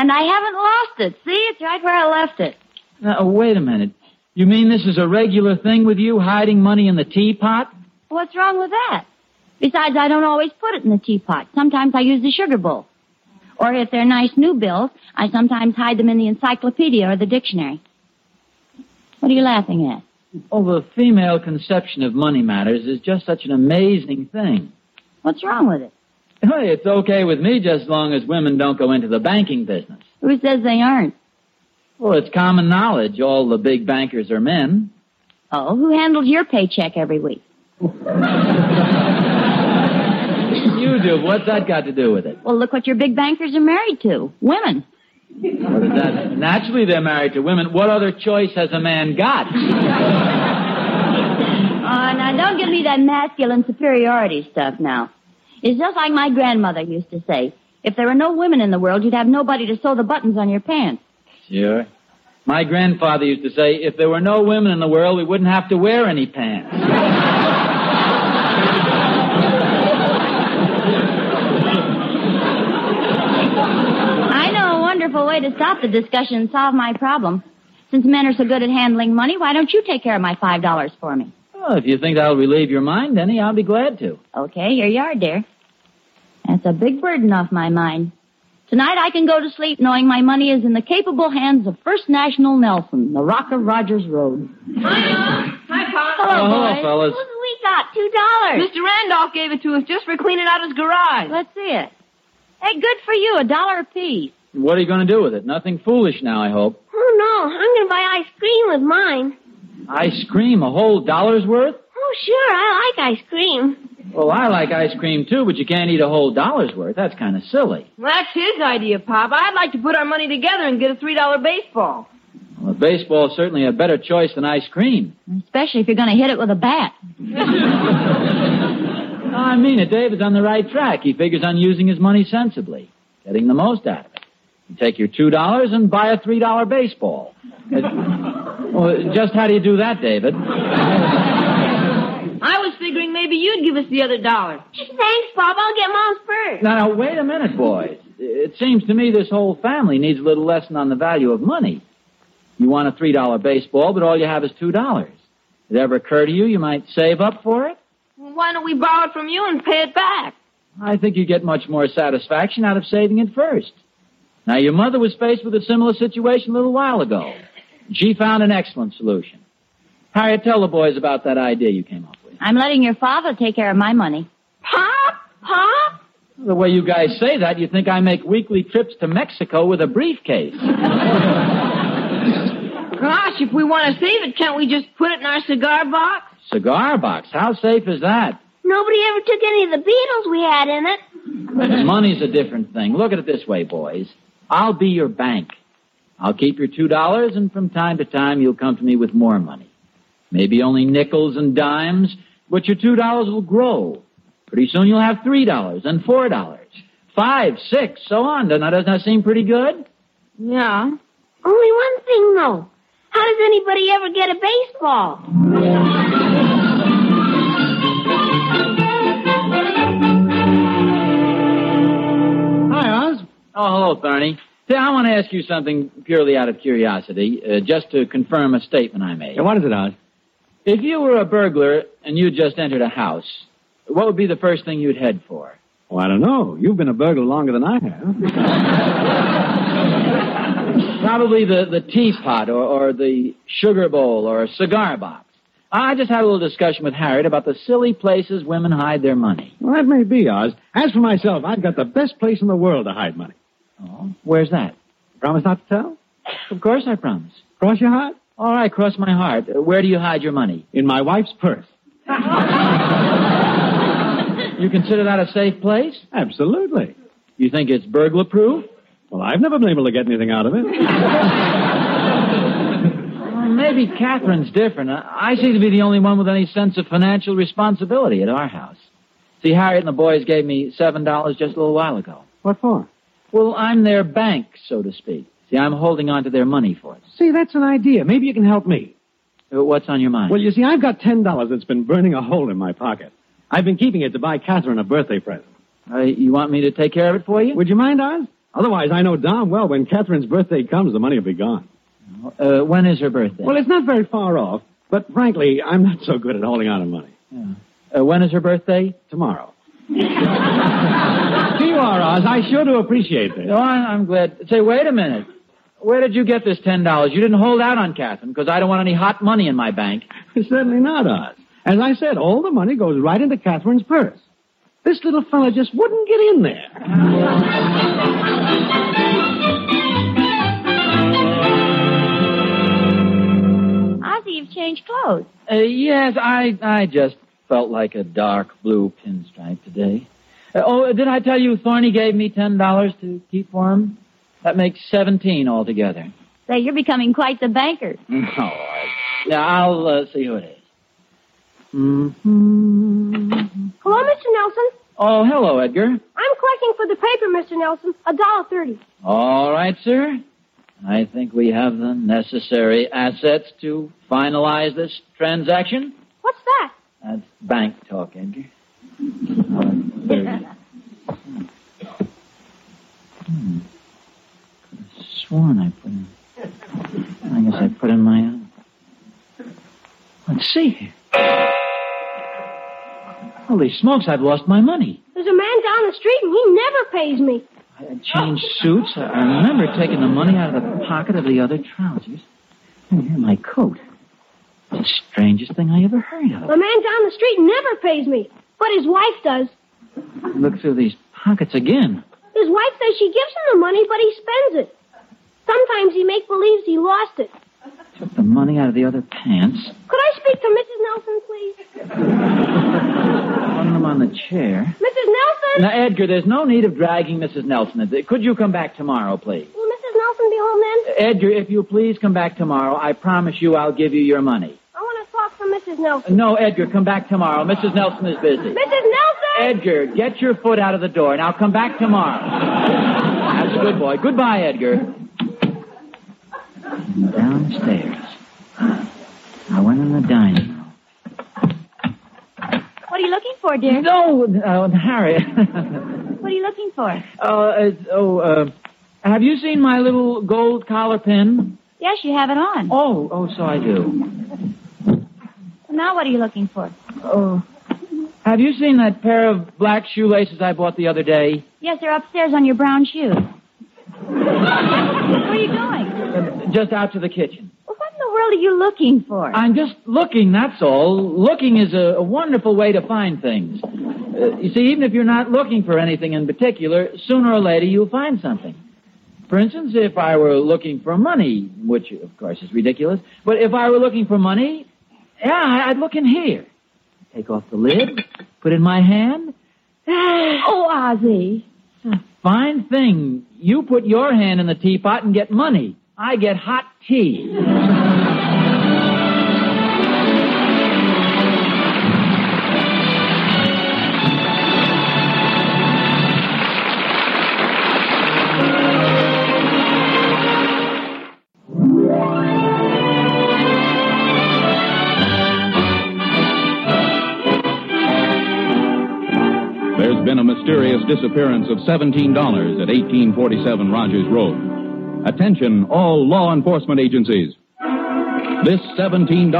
L: And I haven't lost it. See, it's right where I left it.
M: Now, oh, wait a minute. You mean this is a regular thing with you, hiding money in the teapot?
L: What's wrong with that? Besides, I don't always put it in the teapot. Sometimes I use the sugar bowl. Or if they're nice new bills, I sometimes hide them in the encyclopedia or the dictionary. What are you laughing at?
M: Oh, the female conception of money matters is just such an amazing thing.
L: What's wrong with it?
M: Hey, it's okay with me just as long as women don't go into the banking business.
L: Who says they aren't?
M: Well, it's common knowledge. All the big bankers are men.
L: Oh, who handles your paycheck every week?
M: You do. What's that got to do with it?
L: Well, look what your big bankers are married to. Women.
M: What is that? Naturally, they're married to women. What other choice has a man got?
L: Oh, now don't give me that masculine superiority stuff now. It's just like my grandmother used to say. If there were no women in the world, you'd have nobody to sew the buttons on your pants.
M: Sure. My grandfather used to say, if there were no women in the world, we wouldn't have to wear any pants.
L: I know a wonderful way to stop the discussion and solve my problem. Since men are so good at handling money, why don't you take care of my five dollars for me?
M: Well, if you think that'll relieve your mind, Denny, I'll be glad to.
L: Okay, here you are, dear. That's a big burden off my mind. Tonight I can go to sleep knowing my money is in the capable hands of First National Nelson, the Rock of Rogers Road.
O: Hi, Pop.
L: Hello, Oh, hello, boys. fellas.
O: We
L: got two dollars.
O: Mr. Randolph gave it to us just for cleaning out his garage.
L: Let's see it. Hey, good for you, a dollar apiece.
M: What are you going to do with it? Nothing foolish now, I hope.
P: Oh no, I'm gonna buy ice cream with mine.
M: Ice cream, a whole dollar's worth?
P: Oh sure, I like ice cream.
M: Well, I like ice cream too, but you can't eat a whole dollar's worth. That's kind of silly.
O: Well, that's his idea, Pop. I'd like to put our money together and get a three dollar baseball.
M: Well, baseball's certainly a better choice than ice cream.
L: Especially if you're going to hit it with a bat.
M: I mean it. David's on the right track. He figures on using his money sensibly, getting the most out of it. You take your two dollars and buy a three dollar baseball. It- well, just how do you do that, David?
O: I was figuring maybe you'd give us the other dollar.
P: Thanks, Bob. I'll get mom's purse.
M: Now, now, wait a minute, boys. It seems to me this whole family needs a little lesson on the value of money. You want a three dollar baseball, but all you have is two dollars. Did it ever occur to you you might save up for it?
O: Why don't we borrow it from you and pay it back?
M: I think you get much more satisfaction out of saving it first. Now, your mother was faced with a similar situation a little while ago. She found an excellent solution. Harriet, tell the boys about that idea you came up with.
L: I'm letting your father take care of my money.
P: Pop, Pop.
M: The way you guys say that, you think I make weekly trips to Mexico with a briefcase.
O: Gosh, if we want to save it, can't we just put it in our cigar box?
M: Cigar box. How safe is that?
P: Nobody ever took any of the Beatles we had in it.
M: Money's a different thing. Look at it this way, boys. I'll be your bank. I'll keep your two dollars, and from time to time you'll come to me with more money. Maybe only nickels and dimes, but your two dollars will grow. Pretty soon you'll have three dollars and four dollars, five, six, so on. Doesn't that, doesn't that seem pretty good?
O: Yeah.
P: Only one thing though. How does anybody ever get a baseball?
M: Hi, Oz. Oh, hello, Barney. Say, I want to ask you something purely out of curiosity, uh, just to confirm a statement I made.
Q: Yeah, what is it, Oz?
M: If you were a burglar and you just entered a house, what would be the first thing you'd head for?
Q: Oh, I don't know. You've been a burglar longer than I have.
M: Probably the, the teapot or, or the sugar bowl or a cigar box. I just had a little discussion with Harriet about the silly places women hide their money.
Q: Well, that may be, Oz. As for myself, I've got the best place in the world to hide money.
M: Oh, where's that?
Q: Promise not to tell?
M: Of course I promise.
Q: Cross your heart?
M: All right, cross my heart. Uh, Where do you hide your money?
Q: In my wife's purse.
M: You consider that a safe place?
Q: Absolutely.
M: You think it's burglar proof?
Q: Well, I've never been able to get anything out of it.
M: Well, maybe Catherine's different. I I seem to be the only one with any sense of financial responsibility at our house. See, Harriet and the boys gave me $7 just a little while ago.
Q: What for?
M: Well, I'm their bank, so to speak. See, I'm holding on to their money for them.
Q: See, that's an idea. Maybe you can help me.
M: Uh, What's on your mind?
Q: Well, you see, I've got ten dollars that's been burning a hole in my pocket. I've been keeping it to buy Catherine a birthday present.
M: Uh, you want me to take care of it for you?
Q: Would you mind, Oz? Otherwise, I know darn well when Catherine's birthday comes, the money will be gone.
M: Uh, when is her birthday?
Q: Well, it's not very far off, but frankly, I'm not so good at holding on to money.
M: Uh, when is her birthday?
Q: Tomorrow. Here you are, Oz. I sure do appreciate this.
M: Oh, I- I'm glad. Say, wait a minute. Where did you get this $10? You didn't hold out on Catherine because I don't want any hot money in my bank.
Q: Certainly not, Oz. As I said, all the money goes right into Catherine's purse. This little fella just wouldn't get in there.
K: Thank
L: to change clothes.
M: Uh, yes, I, I just felt like a dark blue pinstripe today. Uh, oh, did I tell you Thorny gave me $10 to keep for him? That makes 17 altogether.
L: Say, you're becoming quite the banker.
M: No, I, now I'll uh, see who it is. Mm.
R: Hello, Mr. Nelson.
M: Oh, hello, Edgar.
R: I'm collecting for the paper, Mr. Nelson. A dollar thirty.
M: All right, sir. I think we have the necessary assets to finalize this transaction.
R: What's that?
M: That's bank talk, Edgar. Thirty. Hmm. Could've Sworn I put in. I guess I put in my own. Let's see here. Holy smokes! I've lost my money.
R: There's a man down the street and he never pays me.
M: I changed suits. uh, I- I remember taking the money out of the pocket of the other trousers. And here, my coat. The strangest thing I ever heard of.
R: The man down the street never pays me, but his wife does.
M: Look through these pockets again.
R: His wife says she gives him the money, but he spends it. Sometimes he make believes he lost it.
M: Took the money out of the other pants.
R: Could I speak to Mrs. Nelson, please?
M: Hung them on the chair.
R: Mrs. Nelson?
M: Now, Edgar, there's no need of dragging Mrs. Nelson. Could you come back tomorrow, please?
R: Will Mrs. Nelson be home then?
M: Edgar, if you please come back tomorrow, I promise you I'll give you your money.
R: I want to talk to Mrs. Nelson.
M: No, Edgar, come back tomorrow. Mrs. Nelson is busy.
R: Mrs. Nelson!
M: Edgar, get your foot out of the door. Now come back tomorrow. That's a good boy. Goodbye, Edgar. And Downstairs. I went in the dining room.
L: What are you looking for, dear?
M: No, uh, Harriet.
L: What are you looking for?
M: uh, uh, oh, uh, have you seen my little gold collar pin?
L: Yes, you have it on.
M: Oh, oh, so I do.
L: Now what are you looking for?
M: Oh. Have you seen that pair of black shoelaces I bought the other day?
L: Yes, they're upstairs on your brown shoe. Where are you going?
M: Just out to the kitchen.
L: What in the world are you looking for?
M: I'm just looking, that's all. Looking is a, a wonderful way to find things. Uh, you see, even if you're not looking for anything in particular, sooner or later you'll find something. For instance, if I were looking for money, which of course is ridiculous, but if I were looking for money, yeah, I- I'd look in here. Take off the lid, put in my hand.
L: oh, Ozzy.
M: Fine thing. You put your hand in the teapot and get money. I get hot tea.
N: There's been a mysterious disappearance of $17 at 1847 Rogers Road. Attention, all law enforcement agencies. This $17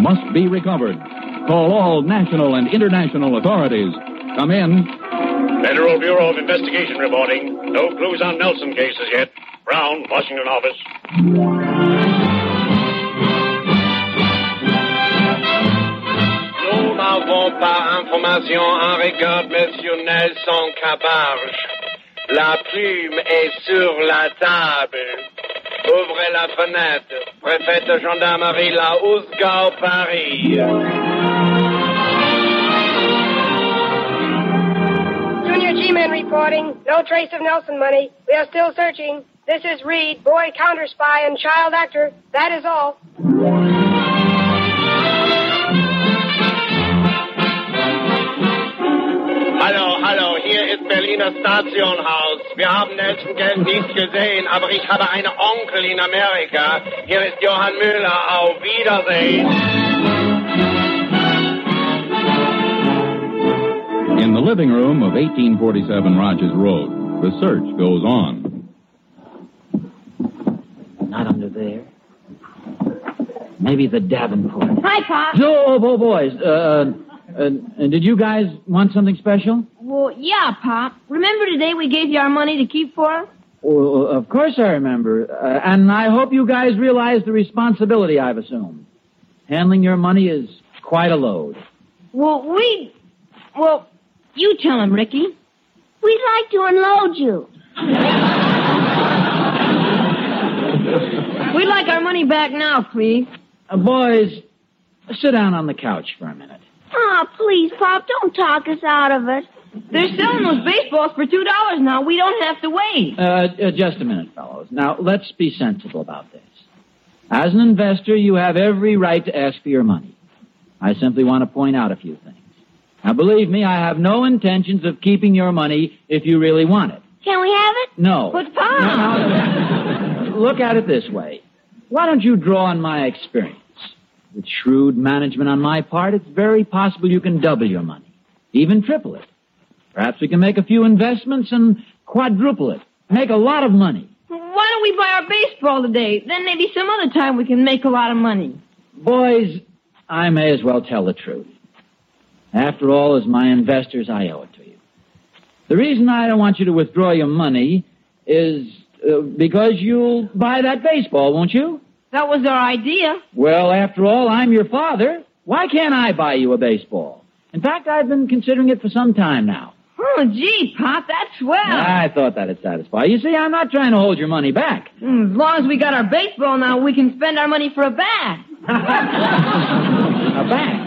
N: must be recovered. Call all national and international authorities. Come in.
S: Federal Bureau of Investigation reporting. No clues on Nelson cases yet. Brown, Washington office.
T: Nous n'avons pas information en regard Monsieur Nelson Cabarge. La plume est sur la table. Ouvrez la fenêtre. Préfet de gendarmerie La Housegard, Paris.
R: Junior G-Man reporting. No trace of Nelson money. We are still searching. This is Reed, boy counter spy and child actor. That is all.
T: Hallo, hallo, hier ist Berliner Stationhaus. Wir haben Nelson Geld nicht gesehen, aber ich habe einen Onkel in Amerika. Hier ist Johann Müller. Auf Wiedersehen.
N: In the living room of 1847 Rogers Road, the search goes on.
M: Not under there. Maybe the Davenport.
L: Hi, Pop.
M: So, oh, bo- boys, uh, uh, uh, did you guys want something special?
O: Well, yeah, Pop. Remember today we gave you our money to keep for him?
M: Well, Oh, of course I remember. Uh, and I hope you guys realize the responsibility I've assumed. Handling your money is quite a load.
O: Well, we. Well, you tell him, Ricky.
P: We'd like to unload you.
O: We'd like our money back now, please.
M: Uh, boys, Sit down on the couch for a minute.
P: Oh, please, Pop, don't talk us out of it.
O: They're selling those baseballs for two dollars now. We don't have to wait.
M: Uh, uh, just a minute, fellows. Now, let's be sensible about this. As an investor, you have every right to ask for your money. I simply want to point out a few things. Now, believe me, I have no intentions of keeping your money if you really want it.
P: Can we have it?
M: No.
P: But Pop!
M: Look at it this way. Why don't you draw on my experience? With shrewd management on my part, it's very possible you can double your money, even triple it. Perhaps we can make a few investments and quadruple it. Make a lot of money.
O: Why don't we buy our baseball today? Then maybe some other time we can make a lot of money.
M: Boys, I may as well tell the truth. After all, as my investors, I owe it to you. The reason I don't want you to withdraw your money is uh, because you'll buy that baseball, won't you?
O: That was our idea.
M: Well, after all, I'm your father. Why can't I buy you a baseball? In fact, I've been considering it for some time now.
O: Oh, gee, Pop, that's swell.
M: I thought that'd satisfy. You see, I'm not trying to hold your money back.
O: Mm, As long as we got our baseball now, we can spend our money for a bat.
M: A bat?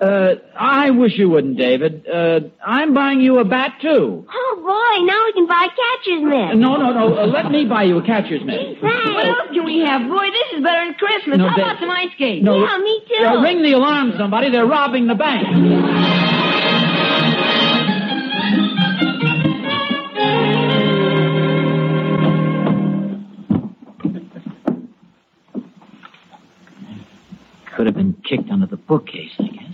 M: Uh, I wish you wouldn't, David. Uh, I'm buying you a bat, too.
P: Oh, boy, now we can buy catcher's mitt.
M: No, no, no. Uh, let me buy you a catcher's mitt.
O: Hmm, What else can we have? Boy, this is better than Christmas.
M: No,
O: How
M: Dave-
O: about some ice skates?
M: No. Yeah, me Uh, ring the alarm, somebody. They're robbing the bank. Could have been kicked under the bookcase, I guess.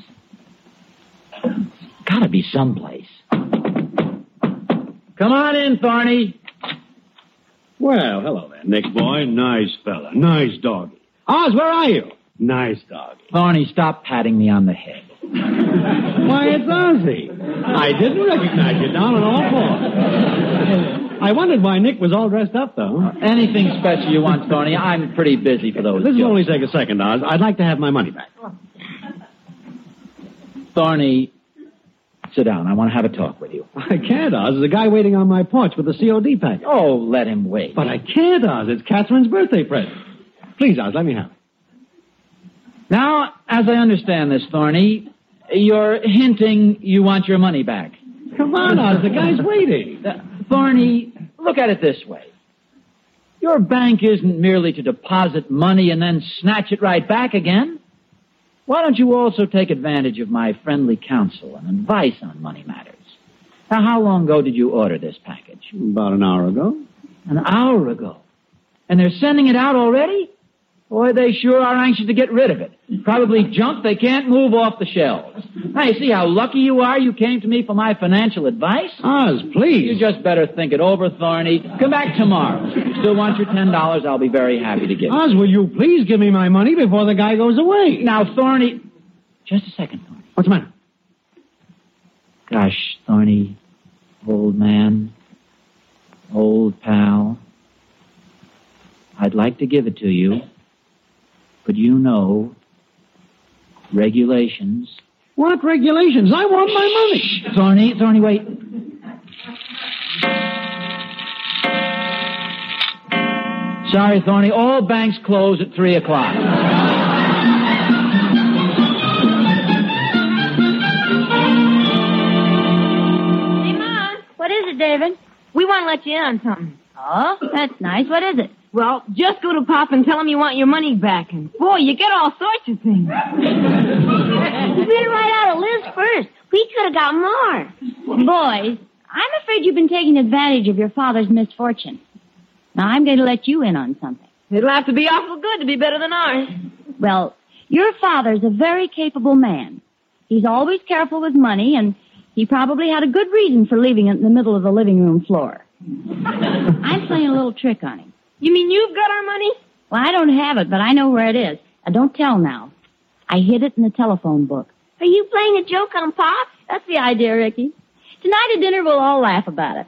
M: It's gotta be someplace. Come on in, Thorny.
U: Well, hello there, Nick boy. Nice fella. Nice doggy. Oz, where are you? Nice doggy.
M: Thorny, stop patting me on the head.
U: Why, it's Ozzy. I didn't recognize you down on all fours. I wondered why Nick was all dressed up, though.
M: Anything special you want, Thorny? I'm pretty busy for those.
U: This will only take a second, Oz. I'd like to have my money back.
M: Thorny, sit down. I want to have a talk with you.
U: I can't, Oz. There's a guy waiting on my porch with a COD package.
M: Oh, let him wait.
U: But I can't, Oz. It's Catherine's birthday present. Please, Oz, let me have it.
M: Now, as I understand this, Thorny, you're hinting you want your money back.
U: Come on, Oz. The guy's waiting.
M: Thorny, look at it this way. Your bank isn't merely to deposit money and then snatch it right back again. Why don't you also take advantage of my friendly counsel and advice on money matters? Now, how long ago did you order this package?
U: About an hour ago.
M: An hour ago. And they're sending it out already? Boy, they sure are anxious to get rid of it. Probably junk they can't move off the shelves. Hey, see how lucky you are you came to me for my financial advice?
U: Oz, Ah, please.
M: You just better think it over, Thorny. Come back tomorrow. Still want your $10? I'll be very happy to give it.
U: Oz, will you please give me my money before the guy goes away?
M: Now, Thorny. Just a second, Thorny.
U: What's the matter?
M: Gosh, Thorny, old man, old pal, I'd like to give it to you, but you know regulations.
U: What regulations? I want my money.
M: Thorny, Thorny, wait. Sorry, Thorny, all banks close at 3 o'clock.
L: Hey, Mom. What is it, David?
O: We want to let you in on something.
L: Oh, that's nice. What is it?
O: Well, just go to Pop and tell him you want your money back. And boy, you get all sorts of things.
P: You better write out a list first. We could have got more.
L: Boys, I'm afraid you've been taking advantage of your father's misfortune. Now, I'm going to let you in on something.
O: It'll have to be awful good to be better than ours.
L: Well, your father's a very capable man. He's always careful with money, and he probably had a good reason for leaving it in the middle of the living room floor. I'm playing a little trick on him.
O: You mean you've got our money?
L: Well, I don't have it, but I know where it is. Now, don't tell now. I hid it in the telephone book.
P: Are you playing a joke on Pop?
L: That's the idea, Ricky. Tonight at dinner, we'll all laugh about it.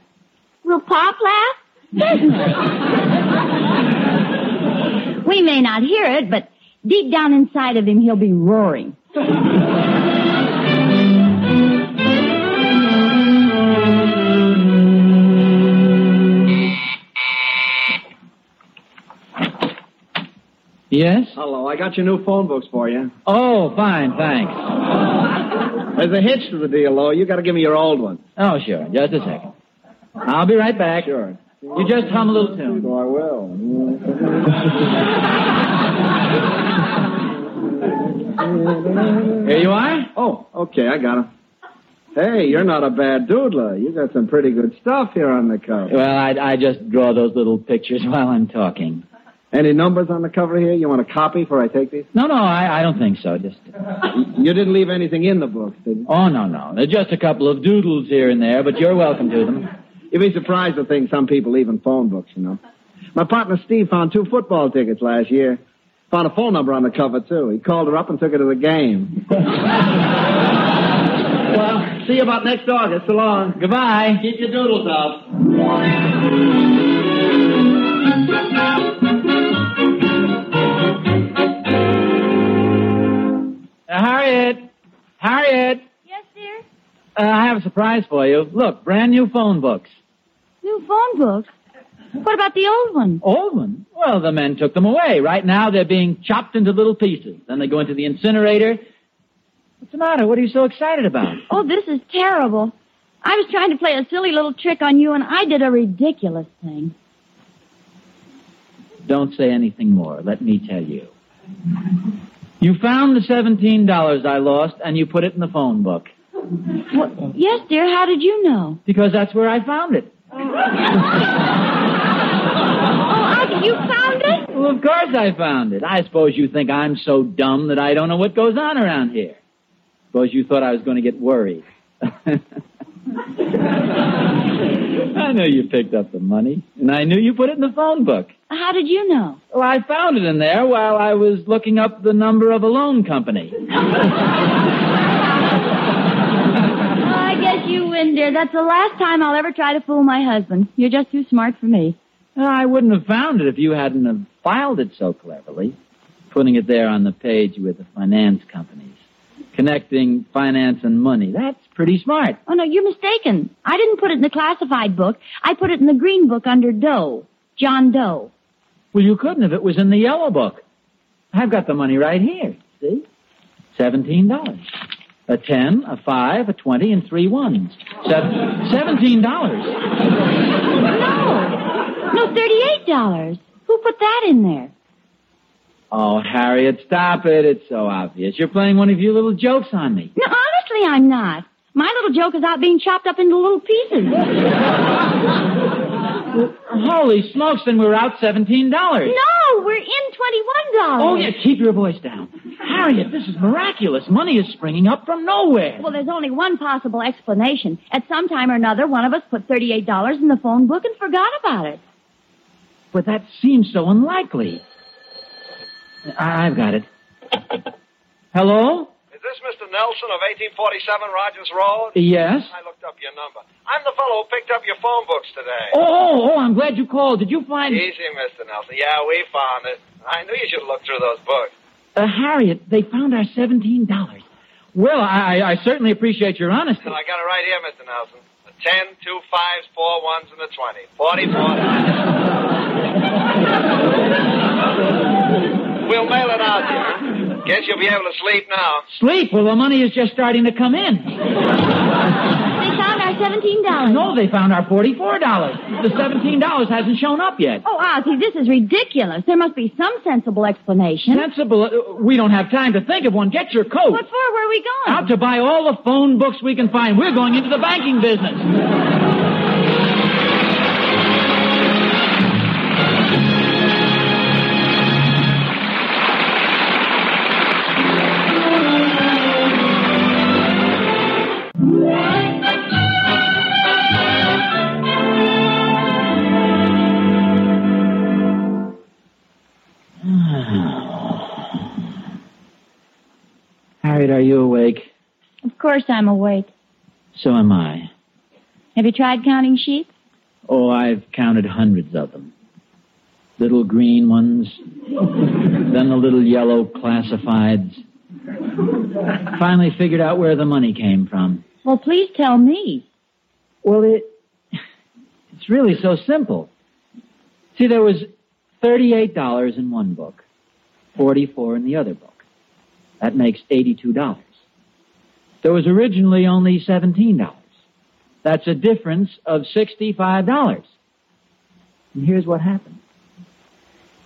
P: Will Pop laugh?
L: We may not hear it, but deep down inside of him, he'll be roaring.
M: You Yes?
A: Hello, I got your new phone books for you.
M: Oh, fine, thanks.
A: There's a hitch to the deal, though. You got to give me your old one.
M: Oh, sure. Just a second. I'll be right back. Sure. You just hum a little tune.
A: Oh, I will.
M: Here you are.
A: Oh, okay, I got him. Hey, you're not a bad doodler. You got some pretty good stuff here on the cover.
M: Well, I, I just draw those little pictures while I'm talking.
A: Any numbers on the cover here? You want a copy before I take these?
M: No, no, I, I don't think so. Just
A: You didn't leave anything in the books, did you?
M: oh no, no, They're just a couple of doodles here and there, but you're welcome to them.
A: You'd be surprised to think some people leave in phone books, you know. My partner Steve found two football tickets last year. Found a phone number on the cover, too. He called her up and took her to the game. well, see you about next August. So long.
M: Goodbye.
A: Keep your doodles up.
L: Oh,
M: Uh, Harriet, Harriet,
L: Yes, dear.
M: uh, I have a surprise for you. Look, brand new phone books.
L: New phone book. What about the old one?
M: Old one? Well, the men took them away. Right now, they're being chopped into little pieces. Then they go into the incinerator. What's the matter? What are you so excited about?
L: Oh, this is terrible. I was trying to play a silly little trick on you, and I did a ridiculous thing.
M: Don't say anything more. Let me tell you. You found the seventeen dollars I lost, and you put it in the phone book
L: What? Yes, dear. How did you know?
M: because that's where I found it.
L: Oh, you found it?
M: Well, of course I found it. I suppose you think I'm so dumb that I don't know what goes on around here. Suppose you thought I was going to get worried. I know you picked up the money, and I knew you put it in the phone book.
L: How did you know?
M: Well, I found it in there while I was looking up the number of a loan company.
L: I guess you win, dear. That's the last time I'll ever try to fool my husband. You're just too smart for me.
M: I wouldn't have found it if you hadn't have filed it so cleverly, putting it there on the page with the finance companies, connecting finance and money. That's pretty smart.
L: Oh, no, you're mistaken. I didn't put it in the classified book. I put it in the green book under Doe. John Doe.
M: Well, you couldn't if it was in the yellow book. I've got the money right here. See? Seventeen dollars. A ten, a five, a twenty, and three ones. Seven, Seventeen dollars.
L: No, $38. Who put that in there?
M: Oh, Harriet, stop it. It's so obvious. You're playing one of your little jokes on me.
L: No, honestly, I'm not. My little joke is out being chopped up into little pieces.
M: Holy smokes, then we're out seventeen dollars.
L: no, we're in $21.
M: Oh, yeah, keep your voice down. Harriet, this is miraculous. Money is springing up from nowhere.
L: Well, there's only one possible explanation. At some time or another, one of us put $38 in the phone book and forgot about it.
M: But that seems so unlikely. I- I've got it. Hello?
V: Is this Mr. Nelson of 1847 Rogers Road?
M: Yes.
V: I looked up your number. I'm the fellow who picked up your phone books today.
M: Oh, oh, oh, I'm glad you called. Did you find.
V: Easy, Mr. Nelson. Yeah, we found it. I knew you should look through those books.
M: Uh, Harriet, they found our $17. Well, I, I certainly appreciate your honesty.
V: And I got it right here, Mr. Nelson. The 10, two fives, four ones, and the 20. 44. we'll mail it out to you. Guess you'll be able to sleep now.
M: Sleep? Well, the money is just starting to come in.
L: They found our $17.
M: No, they found our $44. The $17 hasn't shown up yet.
L: Oh, Ozzy, this is ridiculous. There must be some sensible explanation.
M: Sensible? uh, We don't have time to think of one. Get your coat.
L: What for? Where are we going?
M: Out to buy all the phone books we can find. We're going into the banking business. Harriet, are you awake?
L: Of course I'm awake.
M: So am I.
L: Have you tried counting sheep?
M: Oh, I've counted hundreds of them. Little green ones, then the little yellow classifieds. Finally figured out where the money came from.
L: Well, please tell me.
M: Well, it... It's really so simple. See, there was $38 in one book, 44 in the other book. That makes $82. There was originally only $17. That's a difference of $65. And here's what happened.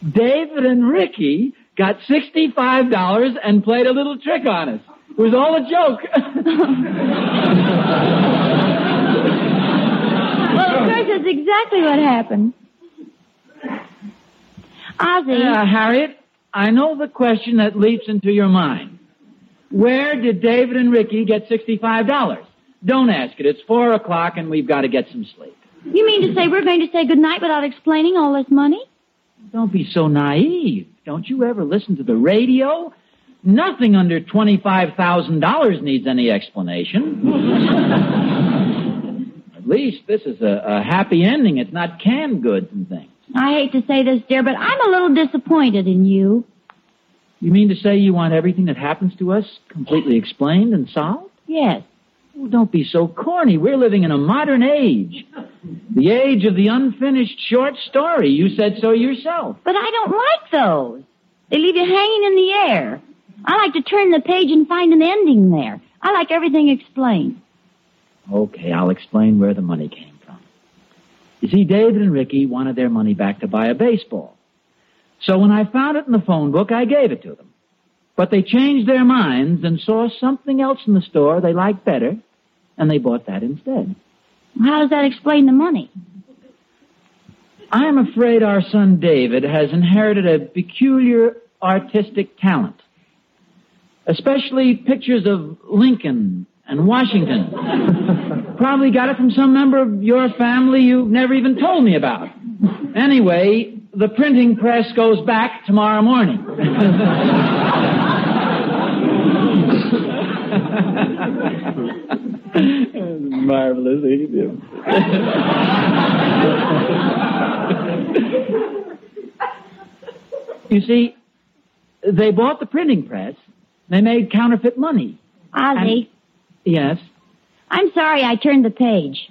M: David and Ricky got $65 and played a little trick on us. It was all a joke.
L: Well, of course, that's exactly what happened. Ozzy.
M: Yeah, Harriet, I know the question that leaps into your mind. Where did David and Ricky get $65? Don't ask it. It's four o'clock and we've got to get some sleep.
L: You mean to say we're going to say goodnight without explaining all this money?
M: Don't be so naive. Don't you ever listen to the radio? Nothing under $25,000 needs any explanation. At least this is a, a happy ending. It's not canned goods and things.
L: I hate to say this, dear, but I'm a little disappointed in you.
M: You mean to say you want everything that happens to us completely explained and solved?
L: Yes.
M: Oh, don't be so corny. We're living in a modern age. The age of the unfinished short story. You said so yourself.
L: But I don't like those. They leave you hanging in the air. I like to turn the page and find an ending there. I like everything explained.
M: Okay, I'll explain where the money came from. You see, David and Ricky wanted their money back to buy a baseball. So when I found it in the phone book, I gave it to them. But they changed their minds and saw something else in the store they liked better, and they bought that instead.
L: How does that explain the money?
M: I am afraid our son David has inherited a peculiar artistic talent, especially pictures of Lincoln and Washington. Probably got it from some member of your family you've never even told me about. Anyway, the printing press goes back tomorrow morning. Marvelous. You see, they bought the printing press. They made counterfeit money.
L: Ozzy,
M: Yes.
L: I'm sorry I turned the page.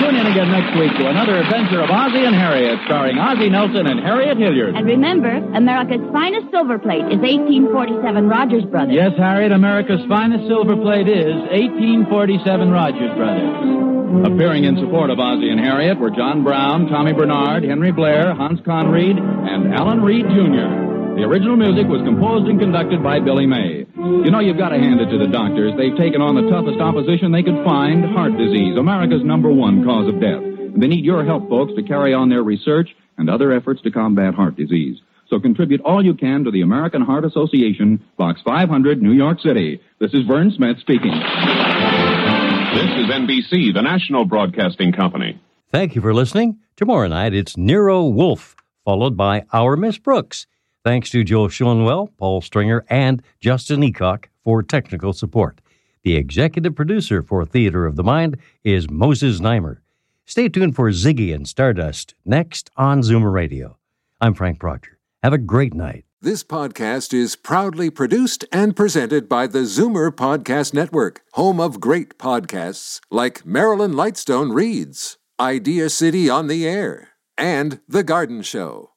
J: Tune in again next week to another adventure of Ozzie and Harriet, starring Ozzie Nelson and Harriet Hilliard.
L: And remember, America's finest silver plate is 1847 Rogers Brothers.
J: Yes, Harriet, America's finest silver plate is 1847 Rogers Brothers.
N: Appearing in support of Ozzie and Harriet were John Brown, Tommy Bernard, Henry Blair, Hans Conried, and Alan Reed Jr. The original music was composed and conducted by Billy May. You know, you've got to hand it to the doctors. They've taken on the toughest opposition they could find heart disease, America's number one cause of death. They need your help, folks, to carry on their research and other efforts to combat heart disease. So contribute all you can to the American Heart Association, Box 500, New York City. This is Vern Smith speaking.
G: This is NBC, the national broadcasting company.
B: Thank you for listening. Tomorrow night, it's Nero Wolf, followed by Our Miss Brooks. Thanks to Joe Schoenwell, Paul Stringer, and Justin Eacock for technical support. The executive producer for Theater of the Mind is Moses Neimer. Stay tuned for Ziggy and Stardust next on Zoomer Radio. I'm Frank Proctor. Have a great night.
H: This podcast is proudly produced and presented by the Zoomer Podcast Network, home of great podcasts like Marilyn Lightstone Reads, Idea City on the Air, and The Garden Show.